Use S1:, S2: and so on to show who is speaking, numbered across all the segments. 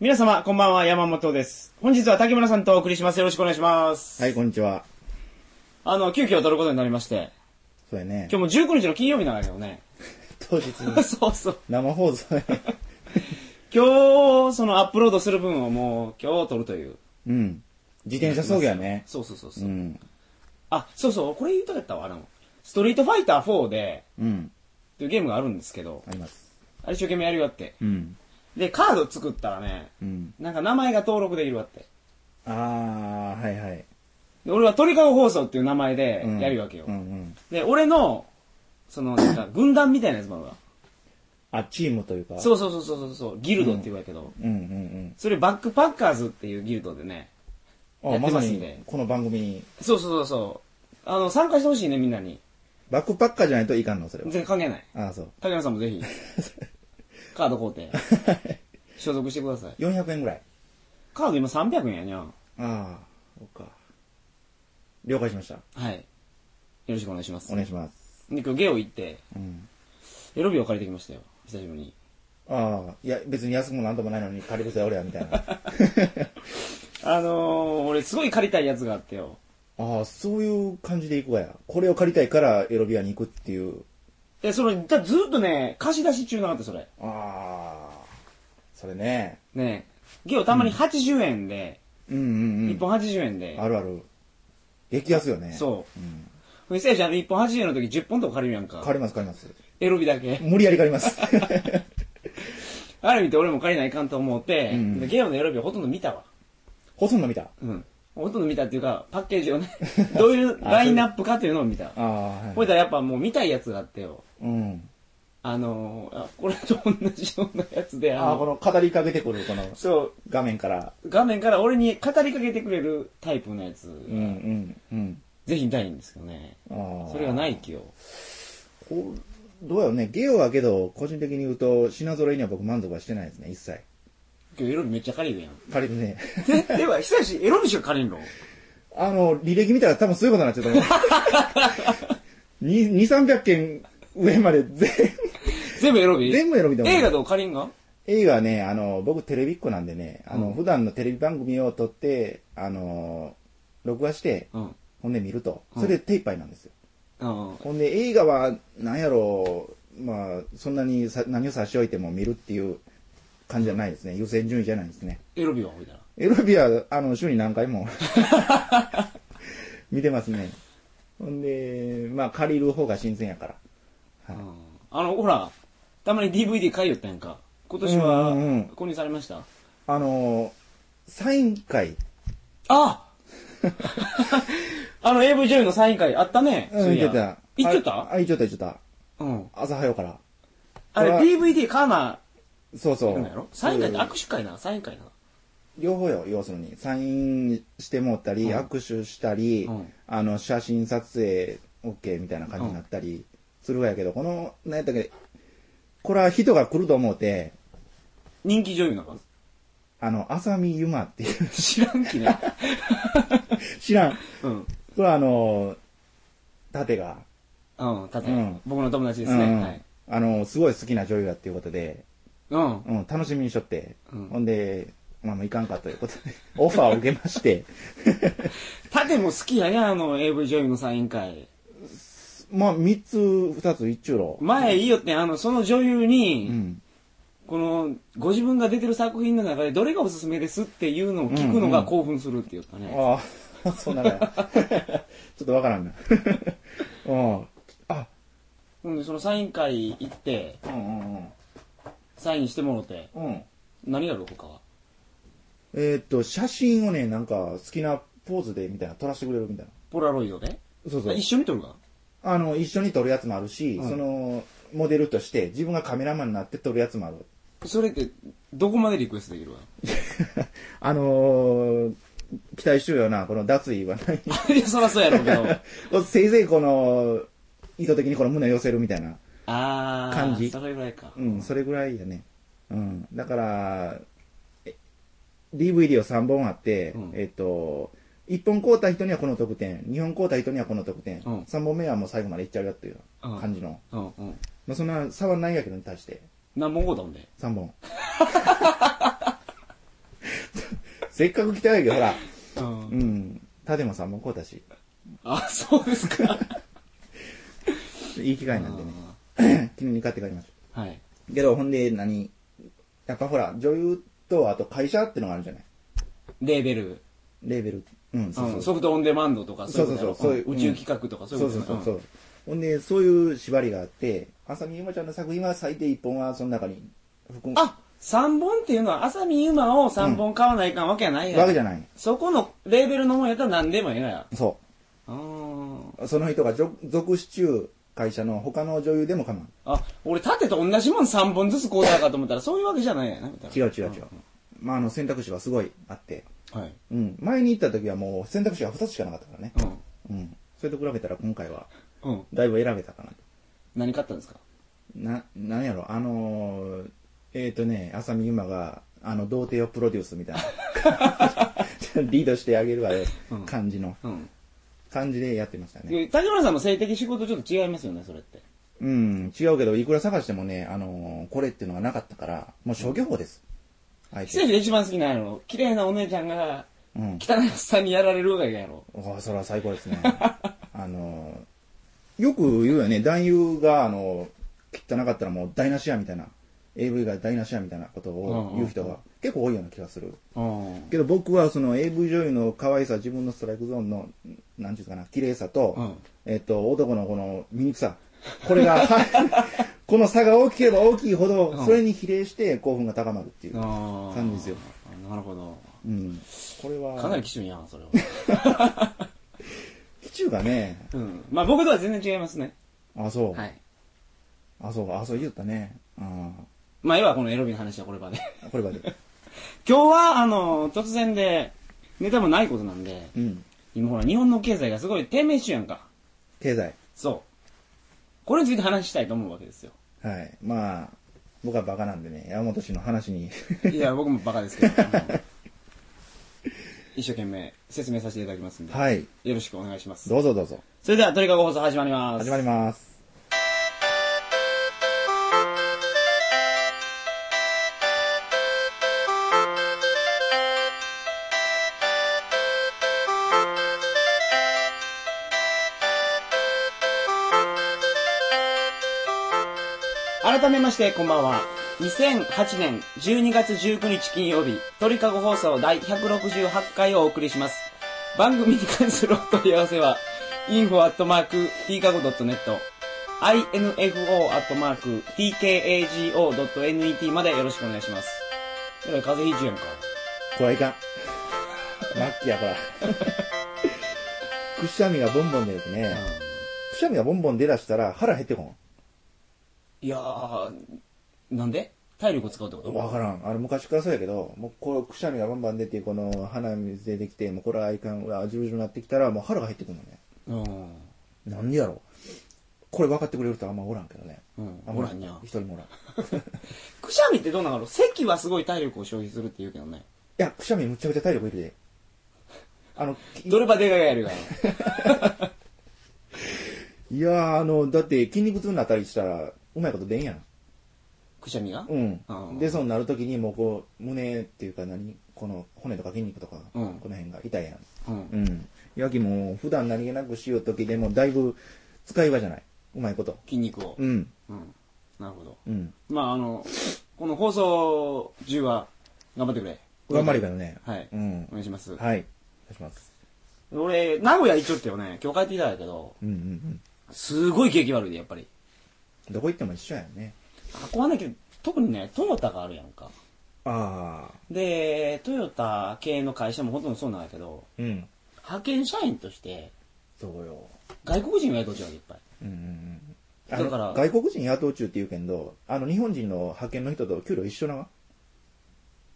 S1: 皆様、こんばんは、山本です。本日は竹村さんとお送りします。よろしくお願いします。
S2: はい、こんにちは。
S1: あの、急遽撮ることになりまして、
S2: そうやね。
S1: 今日もう19日の金曜日なんだけど ね。
S2: 当日に
S1: そうそう。
S2: 生放 送や。
S1: 今日、そのアップロードする分をもう、今日撮るという。
S2: うん。自転車操業やね。
S1: そうそうそうそうう、
S2: ん。
S1: あ、そうそう、これ言いたかったわ、あの、ストリートファイター4で、
S2: うん。
S1: というゲームがあるんですけど、
S2: あります。
S1: あれ一生懸命やるよって。
S2: うん。
S1: で、カード作ったらね、
S2: うん。
S1: なんか名前が登録できるわって。
S2: あー、はいはい。
S1: で俺は鳥かご放送っていう名前で
S2: うん
S1: やるわけよ。
S2: うんうん。
S1: で、俺の、その、なんか、軍団みたいなやつもあるわ。
S2: あ、チームというか。。
S1: そううそうそうそうそうそう、ギルドって言うわけど、
S2: うんうん
S1: それバックパッカーズっていうギルドでね、
S2: うん。
S1: や
S2: あ、
S1: って
S2: ま
S1: ま
S2: さ
S1: すんで
S2: に、この番組に、
S1: そうそうそうそう、あの、参加してほしいね、みんなに。
S2: バックパッカーじゃないといかんの、それは
S1: 全。然関係ない。
S2: あー、そう。
S1: 竹山さんもぜひ、 カード買うて、所属してください。
S2: 400円ぐらい。
S1: カード今300円やにゃん。
S2: あー、そうか。了解しました。
S1: はい。よろしくお願いします。
S2: お願いします。
S1: で、今日ゲオ行って、
S2: うん。
S1: エロビを借りてきましたよ。久しぶりに。
S2: あー、いや、別に安くもなんともないのに借りるせ俺や、みたいな。あ
S1: あのー、俺すごい借りたいやつがあってよ。
S2: ー、そういう感じで行くわや。これを借りたいからエロビアに行くっていう。
S1: で、それ、だずっとね、貸し出し中なかった、それ。
S2: ああ、それね。
S1: ねゲオたまに80円で、
S2: うんうん
S1: 1本80円で、
S2: あるある。激安よね。。
S1: そう
S2: ん、
S1: う。せやじゃん、1本80円の時10本とか借りるやん
S2: 借
S1: か。
S2: ります借ります。
S1: エロビだけ。
S2: 無理やり借 ります。
S1: ある意味で俺も借りないかんと思って、
S2: うん
S1: でゲオのエロビをほとんど見たわ。
S2: ほとんど見た。
S1: うん。ほとんど見たっていうか、パッケージをね、 どういうラインナップかっていうのを見た。
S2: ああ、
S1: ほいだらやっぱもう見たいやつがあってよ。
S2: うん。
S1: あのー、あこれと同じようなやつで、
S2: ああ、この語りかけてくる、この
S1: そう、
S2: 画面から。
S1: 画面から俺に語りかけてくれるタイプのやつ、
S2: うんうん
S1: ぜひ見たいんですけどね。
S2: うん。ああ。
S1: それがないきよ。
S2: こう。どうやろうね。ゲオはけど、個人的に言うと、品揃えには僕満足はしてないですね、一切。
S1: 今日エロビめっちゃ借りるやん。
S2: 借りるね。
S1: で、では、久しエロビしか借りんの
S2: あの、履歴見たら多分そういうことになっちゃうと思 う。2、300件上まで全
S1: 全部エロビ
S2: 全部エロビだもん
S1: 映画とか借りんが
S2: 映画ね、あの、僕テレビっ子なんでね、あの、
S1: うん
S2: 普段のテレビ番組を撮って、あの、録画して、
S1: うん。
S2: ほんで見ると。
S1: うん
S2: それで手一杯なんですよ。
S1: うん。
S2: ほんで映画は、なんやろう、まあ、そんなにさ何を差し置いても見るっていう感じじゃないですね。優先順位じゃないですね。
S1: エロビはほいだら。
S2: エロビは、あの、週に何回も、 見てますね。ほんで、まあ、借りる方が新鮮やから。はい
S1: うんあの、ほら、たまに DVD 買いよったやんか。今年
S2: うんうんうん
S1: は、購入されました
S2: あの、サイン会、
S1: あ あの AV 女優のサイン会あったね。
S2: う
S1: そ
S2: ん、
S1: うい
S2: 行
S1: や
S2: ってた。
S1: 行っちゃっ
S2: あ
S1: た
S2: あ、行っちゃった、行っちゃった。
S1: うん。
S2: 朝早うから。
S1: あれ
S2: これは
S1: DVD 買わな、
S2: そうそ
S1: いくん
S2: う
S1: やろ。サイン会って
S2: そういう
S1: 握手会な、サイン会な。
S2: 両方よ、要するに。サインしてもったり、
S1: うん
S2: 握手したり、
S1: うん
S2: あの、写真撮影 OK みたいな感じになったりするわやけど、この、なんやったっけ、これは人が来ると思うて、
S1: 人気女優なんか。
S2: あの、浅見ゆまっていう、
S1: 知らんきね。
S2: 知らん。
S1: うん。
S2: これはあの、縦が、
S1: うん、たて
S2: うん
S1: 僕の友達です
S2: うんう
S1: ね。
S2: ん
S1: はい。
S2: あの、すごい好きな女優だっていうことで、
S1: うん。
S2: うん、楽しみにしとって、
S1: うん
S2: ほんで、まあ、もういかんかということで、 オファーを受けまして、
S1: タテも好きやね、あの AV 女優のサイン会。
S2: まあ、3つ、2つ、1中路。
S1: 前いいよって、あの、その女優に、
S2: うん。
S1: この、ご自分が出てる作品の中でどれがおすすめですっていうのを聞くのが興奮するって言ったね。
S2: ああ、そんなのや ちょっとわからんな。 うん。あ、
S1: ほんで、そのサイン会行って、
S2: うんうん
S1: サインしてもろて、
S2: うん。うん。
S1: 何やる他は。
S2: えーっと、写真をね、なんか好きなポーズでみたいな、撮らせてくれるみたいな。
S1: ポラロイドで。
S2: そうそ
S1: あ
S2: う
S1: 一。緒に撮るか
S2: あの、一緒に撮るやつもあるし、その、モデルとして自分がカメラマンになって撮るやつもある。
S1: それって、どこまでリクエストできるわ
S2: あのー、期待しようよな、この脱衣はない。
S1: いや、そらそうやろうけ ど。
S2: せいぜいこの、意図的にこの胸を寄せるみたいな。
S1: あー、
S2: 感じ
S1: それぐらいか。
S2: うん、それぐらいやね。うん。だから、え DVD を3本あって、
S1: うん
S2: えっと、1本買うた人にはこの特典、2本買うた人にはこの特典、
S1: うん
S2: 3本目はもう最後までいっちゃうよっていう感じの。
S1: うんうん。
S2: まあそんな差はないやけどに対して、
S1: 何本後だほんで。
S2: 3本。 せっかく来たんやけど、ほら。
S1: うん
S2: うん。立間さんもこうだし。
S1: あ、そうですか。
S2: いい機会なんでね。君に買って帰ります。
S1: はい。
S2: けど、ほんで、何やっぱほら、女優と、あと会社ってのがあるじゃない
S1: レーベル、
S2: レーベル。うん、そう
S1: う
S2: そ
S1: ん
S2: う。
S1: ソフトオンデマンドとか、
S2: そうそう
S1: いこと
S2: そうそういう
S1: やろ宇宙企画とか、そういう
S2: そ
S1: こ
S2: う
S1: と
S2: そうそうそうう。ほんで、そういう縛りがあって、浅見ゆまちゃんの作品は最低1本はその中に含む。
S1: んあ三本っていうのは、朝見馬を三本買わないかんわけやないやん。
S2: わけじゃない。
S1: そこのレーベルのもんやったら何でもええがや。
S2: そ
S1: あー
S2: う。その人が属属し中会社の他の女優でも構わん。
S1: あ、俺盾と同じもん三本ずつこうだかと思ったら、そういうわけじゃないやな、みたいな。
S2: 違う違う違う。まあ、あの、選択肢はすごいあって。
S1: うん。はい。
S2: うん。前に行った時はもう選択肢が2つしかなかったからね。
S1: うん。
S2: うん。それと比べたら今回は、
S1: うん。
S2: だいぶ選べたかなと。
S1: 何買ったんですか
S2: な、なんやろ、あのー、えっ、ー、とね、浅見ゆまが、あの、童貞をプロデュース みたいな。リードしてあげるわよ
S1: うん、
S2: 感じの、
S1: うん。
S2: 感じでやってましたね。
S1: で竹村さんの性的仕事ちょっと違いますよね、それって。
S2: うん、違うけど、いくら探してもね、あのーこれっていうのがなかったから、もう消去法です。あえ
S1: 奇跡
S2: て。
S1: で一番好きなの、綺麗なお姉ちゃんが、
S2: うん。
S1: 汚いおっさんにやられるわけやろ。
S2: おーそれは最高ですね。 あのーよく言うよね、男優が、あのー汚かったらもう台無しやみたいな、AV が台無しやみたいなことを言う人
S1: うんうん
S2: が結構多いような気がする。
S1: うん。
S2: けど僕はその AV 女優の可愛さ、自分のストライクゾーンの、なんていうかな、綺麗さと、
S1: うん
S2: えっと、男のこの醜さ。これが、 この差が大きければ大きいほど、
S1: うん
S2: それに比例して興奮が高まるっていう感
S1: 感
S2: じですよ。。
S1: あなるほど。
S2: うん。これは、
S1: かなり基準やん、それは。
S2: 基中がね、
S1: うん。まあ僕とは全然違いますね。
S2: あ、そう。
S1: はい。
S2: あ、そうか、あ、そう言ったね。あ
S1: まあ要はこのエロビの話はこれまで。
S2: あ、これまで。
S1: 今日は、あの、突然で、ネタもないことなんで、
S2: うん。
S1: 今ほら日本の経済がすごい低迷中やんか。
S2: 経済。
S1: そう。これについて話したいと思うわけ ですよ。
S2: はい。まあ、僕はバカなんでね、山本氏の話に。
S1: いや、僕もバカですけど。一生懸命説明させていただきますんで。
S2: はい。
S1: よろしくお願いします。
S2: どうぞどうぞ。
S1: それでは、トリカゴ放送始まります。
S2: 始まります。
S1: 改めまして、こんばんは。2008年12月19日金曜日、鳥かご放送第168回をお送りします。番組に関するお問い合わせは、info.tkago.net、info.tkago.net までよろしくお願いします。えらい風邪ひいちゅうやんか。
S2: これはいかん。マッキーやから。くしゃみがボンボン出るとね、くしゃみがボンボン出だしたら腹減ってこ
S1: いやー、なんで体力を使うってこと
S2: ん。わからん。あれ昔からそうやけど、もうこうくしゃみがバンバン出て、この鼻水出てきて、もうこれはいかん、うわ、ジュルジュルなってきたらもう腹が減ってくるのね。
S1: うん。
S2: なんでやろこれ分かってくれる人あんまおらんけどね。
S1: うん
S2: あ
S1: おらんにゃ
S2: 一人もおらん。い
S1: くしゃみってどうなの咳はすごい体力を消費するって言うけどね。
S2: や、くしゃみむちゃくちゃ体力いるで。あの、
S1: どればでかいやるが。
S2: いやー、あの、だって筋肉痛になったりしたら、うまいこと出んやん。
S1: くしゃみが
S2: う
S1: うん
S2: ん。で、そうなるときに、もうこう、胸っていうか何この骨とか筋肉とか、
S1: うん
S2: この辺が痛いやん。
S1: うん。
S2: うん。やきも、普段何気なくしようときでも、だいぶ使い場じゃない。うまいこと。
S1: 筋肉を。
S2: うん。
S1: うん。なるほど。
S2: うん。
S1: まあ、あの、この放送中は、頑張ってくれ。
S2: 頑張るからね。
S1: はい。
S2: うん
S1: お。願いします。
S2: はい。お願いします。
S1: 俺、名古屋行っちょってよね、今日帰ってきたんやけど、
S2: うんうんうん。
S1: すごい景気悪いで、やっぱり。
S2: どこ行っても一緒やんね。
S1: 箱はね、けど特にね、トヨタがあるやんか。
S2: ああ。
S1: で、トヨタ系の会社もほとんどそうなんやけど、
S2: うん。
S1: 派遣社員として、
S2: そうよ。
S1: 外国人を雇っちゃうわけいっぱい。
S2: うんうんうん。
S1: だから
S2: あの外国人雇う中って言うけんど、あの、日本人の派遣の人と給料一緒なわ。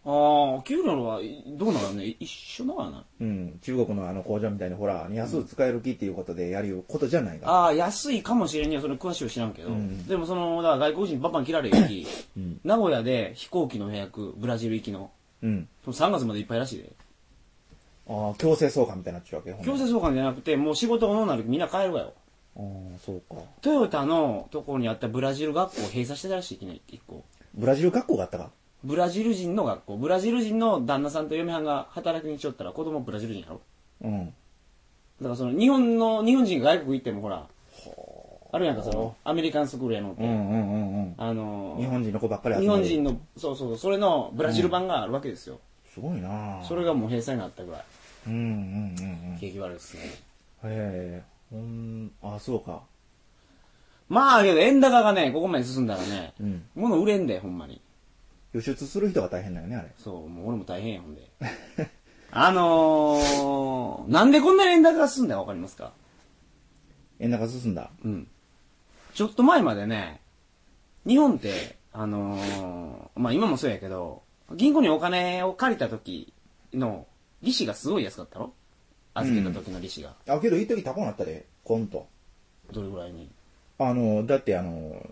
S1: ああ、給料はいどうなのね、一緒なのかな。
S2: うん、中国のあの工場みたいにほら、安う使える気っていうことでやることじゃないが。
S1: ああ、安いかもしれんよ、それ詳しいは知らんけど。
S2: うん
S1: でもその、だから外国人バンバン切られる時、
S2: うん。
S1: 名古屋で飛行機の予約、ブラジル行きの、
S2: うん。
S1: その3月までいっぱいらしいで。
S2: ああ、強制送還みたいになっちゃうわけほんな
S1: 強
S2: ら
S1: 制送還じゃなくて、もう仕事がどうなるみんな帰るわよ。
S2: ああ、そうか。
S1: トヨタのところにあったブラジル学校を閉鎖してたらしい、いきなり一個。
S2: ブラジル学校があったか。
S1: ブラジル人の学校ブラジル人の旦那さんと嫁はんが働きにしよったら子供ブラジル人やろ
S2: うん。
S1: だからその日本の日本人が外国行ってもほらあるやんかそのアメリカンスクールやのって、
S2: うんうんうんうん。
S1: あのー
S2: 日本人の子ばっかり集
S1: 日
S2: ま
S1: 本
S2: る
S1: 人のそうそうそれのブラジル版があるわけですよ、
S2: すごいなぁ
S1: それがもう閉鎖になったぐらい
S2: うんうんうんうん。へ
S1: 景気悪いですね
S2: え。ほん、あ、そうか。
S1: まあけど円高がねここまで進んだらね、
S2: うん。
S1: 物売れんでほんまに
S2: 輸出する人が大変だよね、あれ。
S1: そうもう俺も大変やほん であのー、なんでこんなに円高が進んだかわかりますか
S2: 円高進んだ。
S1: うん。ちょっと前までね、日本って、あのーまあ今もそうやけど、銀行にお金を借りた時の利子がすごい安かったろ預けた時の利子が。
S2: あ、けど、一時高なったで、コント。
S1: どれぐらいに。
S2: あの、だってあの、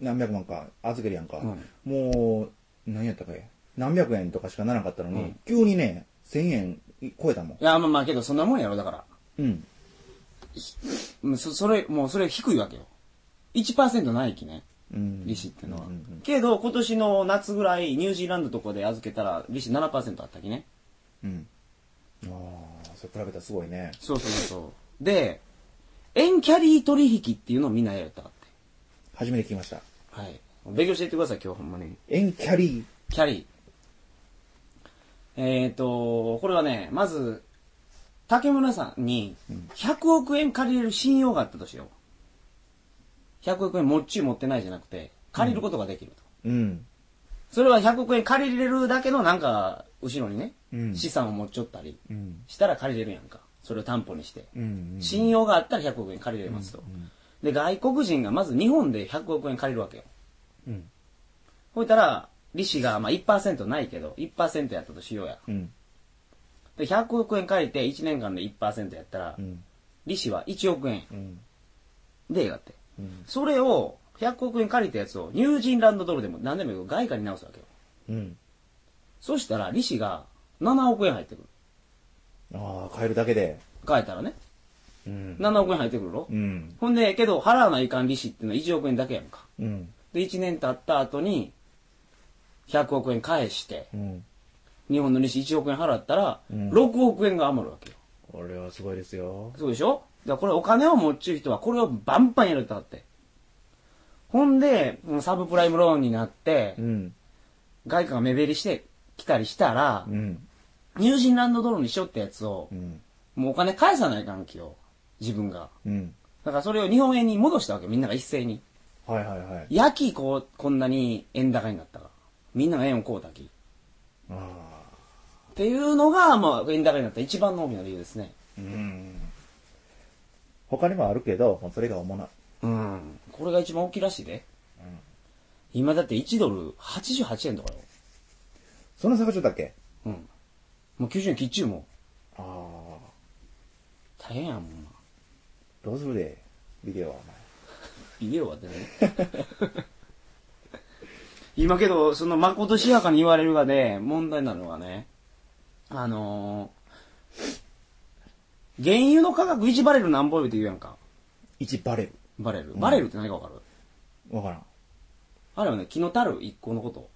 S2: 何百万か預けるやんか。
S1: うん
S2: もう、何やったかい。何百円とかしかならなかったのに、
S1: うん
S2: 急にね、千円超えたも
S1: い。
S2: ん
S1: や、まあまあけどそんなもんやろ、だから。
S2: うん。
S1: うんそそれ、もうそれ低いわけよ。1%ないきね。
S2: うん。
S1: 利子ってのは
S2: うんうんうん。
S1: けど、今年の夏ぐらい、ニュージーランドとかで預けたら、利子7%あったきね。
S2: うん。ああ、それ比べたらすごいね。
S1: そうそうそう。で、円キャリー取引っていうのをみんなやったって。
S2: 初めて聞きました。
S1: はい。勉強していってください、今日ほんまに。
S2: 円キャリ
S1: キャリー。えっ、ー、と、これはね、まず、竹村さんに100億円借りれる信用があったとしよう。100億円もっちゅう持ってないじゃなくて、借りることができると。
S2: ー。うん。
S1: それは100億円借りれるだけのなんか、後ろにね、
S2: うん
S1: 資産を持っちょったり
S2: うん。
S1: したら借りれるやんか。それを担保にして。
S2: うん。
S1: 信用があったら100億円借りれますと。で、外国人がまず日本で100億円借りるわけよ。
S2: うん。
S1: ほいたら、利子がまあ1%ないけど、1%やったとしようや。
S2: うん。
S1: で、100億円借りて1年間で1%やったら、
S2: うん。
S1: 利子は1億円
S2: う。ん。
S1: で、だって。
S2: うん。
S1: それを、100億円借りたやつをニュージーランドドルでも何でもいいけど外貨に直すわけよ。
S2: うん。
S1: そしたら、利子が7億円入ってくる。
S2: ああ、変えるだけで。
S1: 変えたらね。
S2: うん。
S1: 7億円入ってくるろ。
S2: うん。
S1: ほんで、けど、払わないかん利子っていうのは1億円だけやんか。
S2: うん。
S1: で、1年経った後に、100億円返して、
S2: うん。
S1: 日本の利子1億円払ったら、
S2: うん
S1: 6億円が余るわけよ。
S2: これはすごいですよ。
S1: そうでしょだからこれお金を持っちゅう人はこれをバンバンやるとあって。ほんで、もうサブプライムローンになって
S2: う、ん。
S1: 外貨が目減りしてきたりしたら
S2: う、ん。
S1: ニュージーランドドルにしよったやつを
S2: う、ん。
S1: もうお金返さない関係を、自分が。
S2: うん。
S1: だからそれを日本円に戻したわけ、みんなが一斉に。
S2: はいはいはい。
S1: やきこう、こんなに円高になったから。みんなが円をこうだき。
S2: ああ。
S1: っていうのが、まあ、円高になった一番の大きな理由ですね。
S2: うん。他にもあるけど、それが主な。
S1: うん。これが一番大きいらしいで。今だって1ドル88円とかよ。
S2: その差がちょっとだっけ
S1: うん。もう90円きっちゅうもん。
S2: ああ。
S1: 大変やもんな。
S2: どうするで、ビデオはお
S1: ビ
S2: 前。
S1: デオは出ない。 今けど、その、まことしやかに言われるがで、問題なのはね、あのー、原油の価格1バレル何本よって言うやんか。
S2: 1バレル。
S1: バレル。バレルって何かわかる、
S2: わからん。
S1: あれはね、木のたる一個のこと。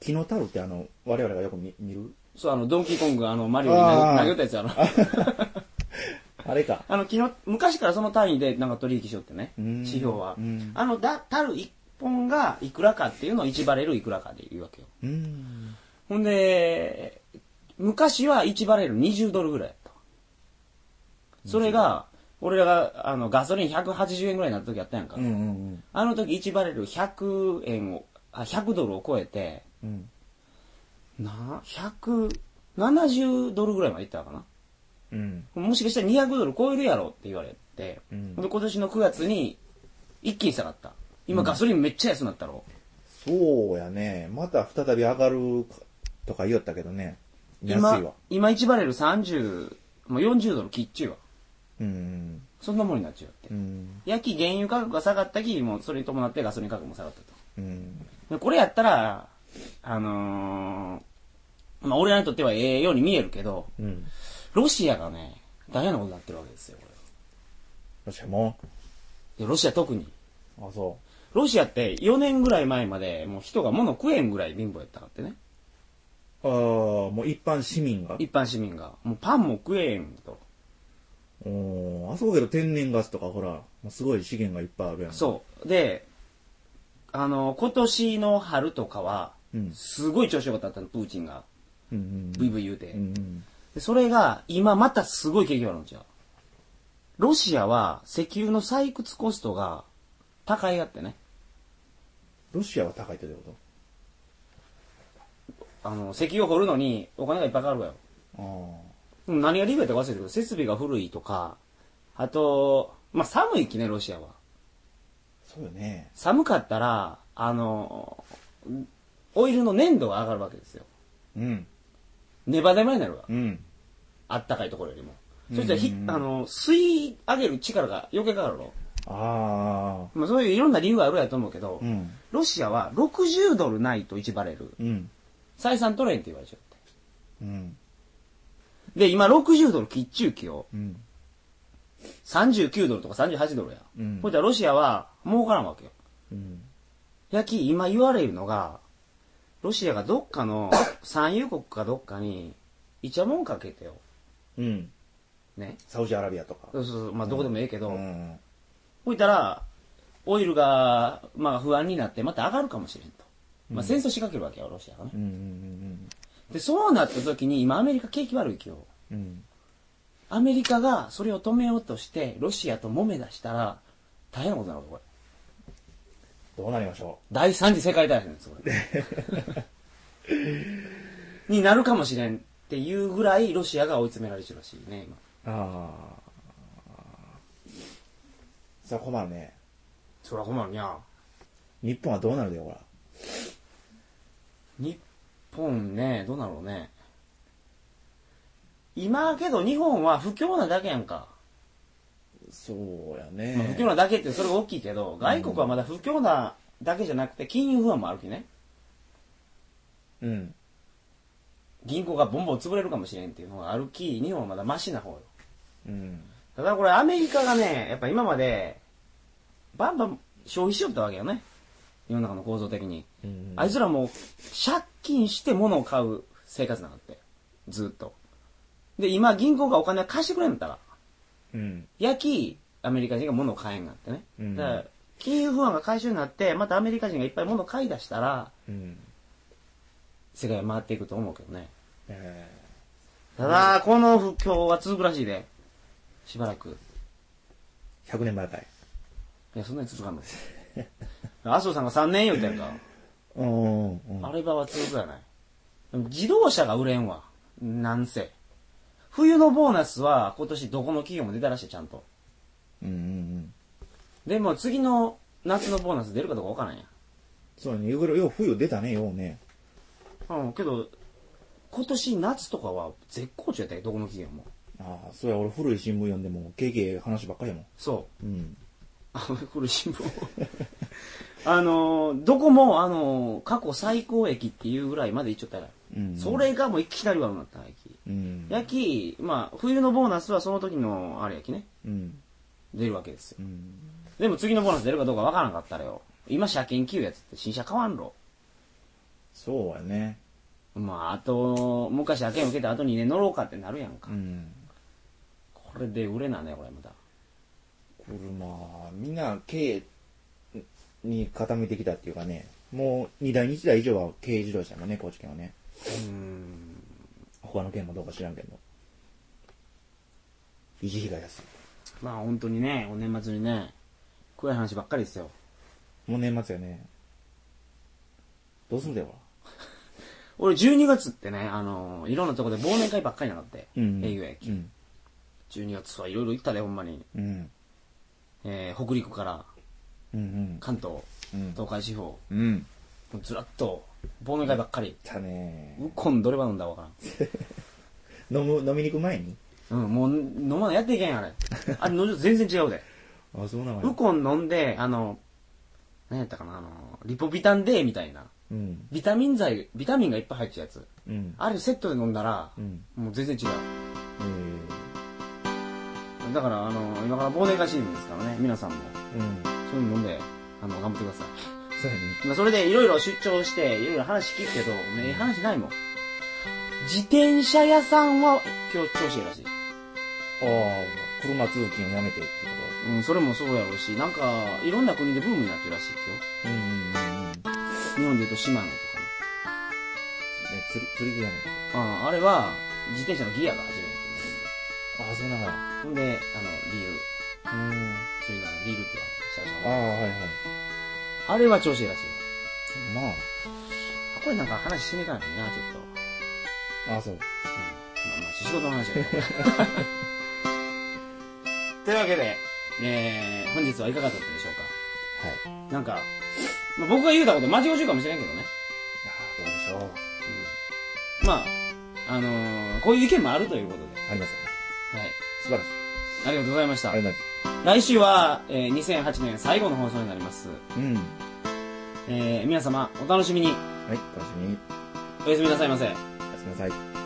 S2: 木のタルってあの、我々がよく見見る
S1: そう、あの、ドンキーコングがあの、マリオに投
S2: あー
S1: げ投げたやつやろ。
S2: あれか。
S1: あの、昨日、昔からその単位でなんか取引しよってね、
S2: うん
S1: 指標は
S2: うん。
S1: あの、だ、たる一本がいくらかっていうのを1バレルいくらかで言うわけよ。
S2: うん。
S1: ほんで、昔は1バレル20ドルぐらいやった。それが、俺らが、あの、ガソリン180円ぐらいになった時やったやんか。
S2: うんうん
S1: あの時1バレル100円を、あ、100ドルを超えて、
S2: うん。うん。
S1: な、170ドルぐらいまでいったのかな。
S2: うん。
S1: もしかしたら200ドル超えるやろって言われて、
S2: うん
S1: で今年の9月に一気に下がった。今ガソリンめっちゃ安くなったろ。
S2: そうやね。また再び上がるかとか言おったけどね。安いわ
S1: 今。、今1バレル30、もう40ドル切っちゅうわ。
S2: うん。
S1: そんなもんになっちゃうって。
S2: うん。
S1: やき原油価格が下がったき、もうそれに伴ってガソリン価格も下がったと。
S2: うん。
S1: でこれやったら、あのー、まあ俺らにとってはええように見えるけど、
S2: うん。
S1: ロシアがね、大変なことになってるわけですよ、これ
S2: ロシアも
S1: でロシア特に。
S2: あ、そ
S1: ロシアって4年ぐらい前まで、もう人が物食えんぐらい貧乏やったかってね。
S2: ああ、もう一般市民が。
S1: 一般市民が。もうパンも食えんと。
S2: おーあそこけど天然ガスとかほら、もうすごい資源がいっぱいあるやん。
S1: そう。で、あの、今年の春とかは、
S2: うん
S1: すごい調子良かったの、プーチンが。
S2: う。うん
S1: ブイブイ言うて。
S2: うん。うんうん。
S1: でそれが、今またすごい景気悪いんちゃうロシアは石油の採掘コストが高いがってね。
S2: ロシアは高いってどういうこ
S1: あの、石油を掘るのにお金がいっぱいかかるわよ。
S2: とああ。
S1: でも何が理由やったか忘れたけど、設備が古いとか、あと、まあ、寒いきね、ロシアは。
S2: そうよね。
S1: 寒かったら、あの、オイルの粘度が上がるわけですよ。
S2: うん。
S1: ネバネバになるわ
S2: う。ん。
S1: あったかいところよりも。そしたらひ、
S2: うんうんうん
S1: あの、吸い上げる力が余計かかるの。
S2: ああ。
S1: まあ、そういういろんな理由があるやと思うけど、
S2: うん。
S1: ロシアは60ドルないと1バレル。
S2: うん。
S1: 採算取れんって言われちゃって。
S2: うん。
S1: で、今60ドルきっちゅうきを
S2: うん。
S1: 39ドルとか38ドルや。
S2: うん
S1: ほいじゃロシアは儲からんわけよ。
S2: うん。
S1: やき、今言われるのが、ロシアがどっかの産油国かどっかに、イチャモンかけてよ。
S2: うん。
S1: ね。
S2: サウジアラビアとか。
S1: そうそうそう、まあどこでもええけ
S2: う
S1: ど、
S2: ん。
S1: ほいたら、オイルが、まあ不安になってまた上がるかもしれんと。まあ戦争仕掛けるわけよ、ロシアがね
S2: うん。。うん。
S1: で、そうなった時に、今アメリカ景気悪いけど、
S2: うん。
S1: アメリカがそれを止めようとして、ロシアと揉め出したら、大変なことになるわこれ。
S2: どうなりましょ
S1: 第三次世界大戦です、これ。 になるかもしれんっていうぐらい、ロシアが追い詰められてるらしいね、今。
S2: うああ。さあ困るね。
S1: そら困るにゃ。
S2: 日本はどうなるでよ、ほら。
S1: 日本ね、どうなろうね。今けど日本は不況なだけやんか。
S2: そうや
S1: まあ不況
S2: ね。
S1: なだけってそれが大きいけど、外国はまだ不況なだけじゃなくて、金融不安もあるきね。
S2: うん。
S1: 銀行がボンボン潰れるかもしれんっていうのがあるき、日本はまだマシな方よ。
S2: うん。
S1: だからこれアメリカがね、やっぱ今まで、バンバン消費しよったわけよね。世の中の構造的に。
S2: うん
S1: あいつらもう、借金して物を買う生活なのって。ずっと。で、今銀行がお金を貸してくれんのったら、
S2: うん。
S1: やき、アメリカ人が物を買えんがってね。
S2: うん
S1: だから、金融不安が解消になって、またアメリカ人がいっぱい物を買い出したら、
S2: うん。
S1: 世界は回っていくと思うけどね。
S2: ええ。
S1: ただ、この不況は続くらしいで。しばらく。
S2: 100年前かい。
S1: いや、そんなに続かんの。 麻生さんが3年言うてんか。
S2: うん。うん
S1: あればは続くやない。でも自動車が売れんわ。なんせ。冬のボーナスは今年どこの企業も出たらしい、ちゃんと。
S2: うんうん。
S1: でも次の夏のボーナス出るかどうかわからんや。
S2: そうね。いろいろ、よう冬出たね、ようね。
S1: うん、けど、今年夏とかは絶好調やったよ、どこの企業も。
S2: ああ、そうや、俺古い新聞読んでも、ゲゲ話ばっかりやもん。
S1: そう。
S2: うん。
S1: あの、これ新聞。あの、どこも、あの、過去最高益っていうぐらいまで行っちゃったから。
S2: うん
S1: それがもういきなり悪くなったな、駅。
S2: うん。
S1: やき、まあ、冬のボーナスはその時の、あれやきね、
S2: うん。
S1: 出るわけですよ。
S2: うん。
S1: でも次のボーナス出るかどうかわからなかったらよ。今、車検切るやつって新車買わんろ。
S2: そうやね。
S1: まあ、あと、もう一回車検受けた後にね、乗ろうかってなるやんか。
S2: うん。
S1: これで売れないね、これまた。
S2: 車、みんな軽に固めてきたっていうかね、もう2台、1台以上は軽自動車のね、高知県はね。
S1: うん。
S2: 他の県もどうか知らんけど。維持費が安い。
S1: まあ、本当にね、お年末にね、暗い話ばっかりですよ。
S2: もう年末やね。どうすんだよ、
S1: 俺12月ってね、あのーいろんなとこで忘年会ばっかりなかった、
S2: うん。
S1: 営業やき、
S2: うん。
S1: 12月はいろいろ行ったでほんまに、
S2: うん。
S1: えー、北陸から
S2: うん。
S1: 関東
S2: うん。
S1: 東海地方
S2: うん。
S1: もうずらっと忘年会ばっかり、
S2: たね
S1: うっこんどれば飲んだかわか
S2: 飲む、飲みに行く前に
S1: らんうんもう飲まないやっていけんやんあれあれ飲んじゃ全然違うで
S2: あ、そうなの
S1: ウコン飲んであの何やったかなあのリポビタン D みたいな
S2: うん。
S1: ビタミン剤ビタミンがいっぱい入ってるやつ
S2: うん。
S1: あれセットで飲んだら、
S2: うん。
S1: もう全然違う
S2: え
S1: だからあの今から忘年会シーズンですからね皆さんも
S2: ーうん。
S1: そういうの飲んで、あの、頑張ってください。
S2: そうやね。
S1: まあ、それでいろいろ出張して、いろいろ話聞くけど、ね、話ないもん。自転車屋さんは、今日調子いいらしい。
S2: ああ、車通勤をやめてってこ
S1: うん、それもそうやろうし、なんか、いろんな国でブームになってるらしい今
S2: とうんうんうんうん。
S1: 日。日本で
S2: ね、
S1: 言うと島根とかね。
S2: 釣り、釣り具屋ね。
S1: ああ、あれは、自転車のギアが初めてね。
S2: ああ、そうながら。
S1: ほんで、あの、リール。
S2: うん。
S1: それがリールって言われ
S2: ああ、
S1: る。
S2: はいはい。
S1: あれは調子いいらしいよ。
S2: まあ、
S1: あこれなんか話しに行かないのにな、ちょっと。うん、
S2: ああ、そう。
S1: まあまあ、仕事の話だけど。 というわけで、えー、本日はいかがだったでしょうか
S2: はい。いや
S1: なんか、まあ、僕が言うたこと間違う中かもしれんけどね。
S2: ーどうでしょう。
S1: まあ、あのーこういう意見もあるということで。
S2: ありますよね。
S1: はい。
S2: 素晴らしい。
S1: ありがとうございました
S2: あ。りがと
S1: 来週は、えー2008年最後の放送になります。
S2: うございます。うん。は
S1: えー皆様、お楽しみに。
S2: い、楽しみに。
S1: おやすみなさいませ。
S2: おやすみなさい。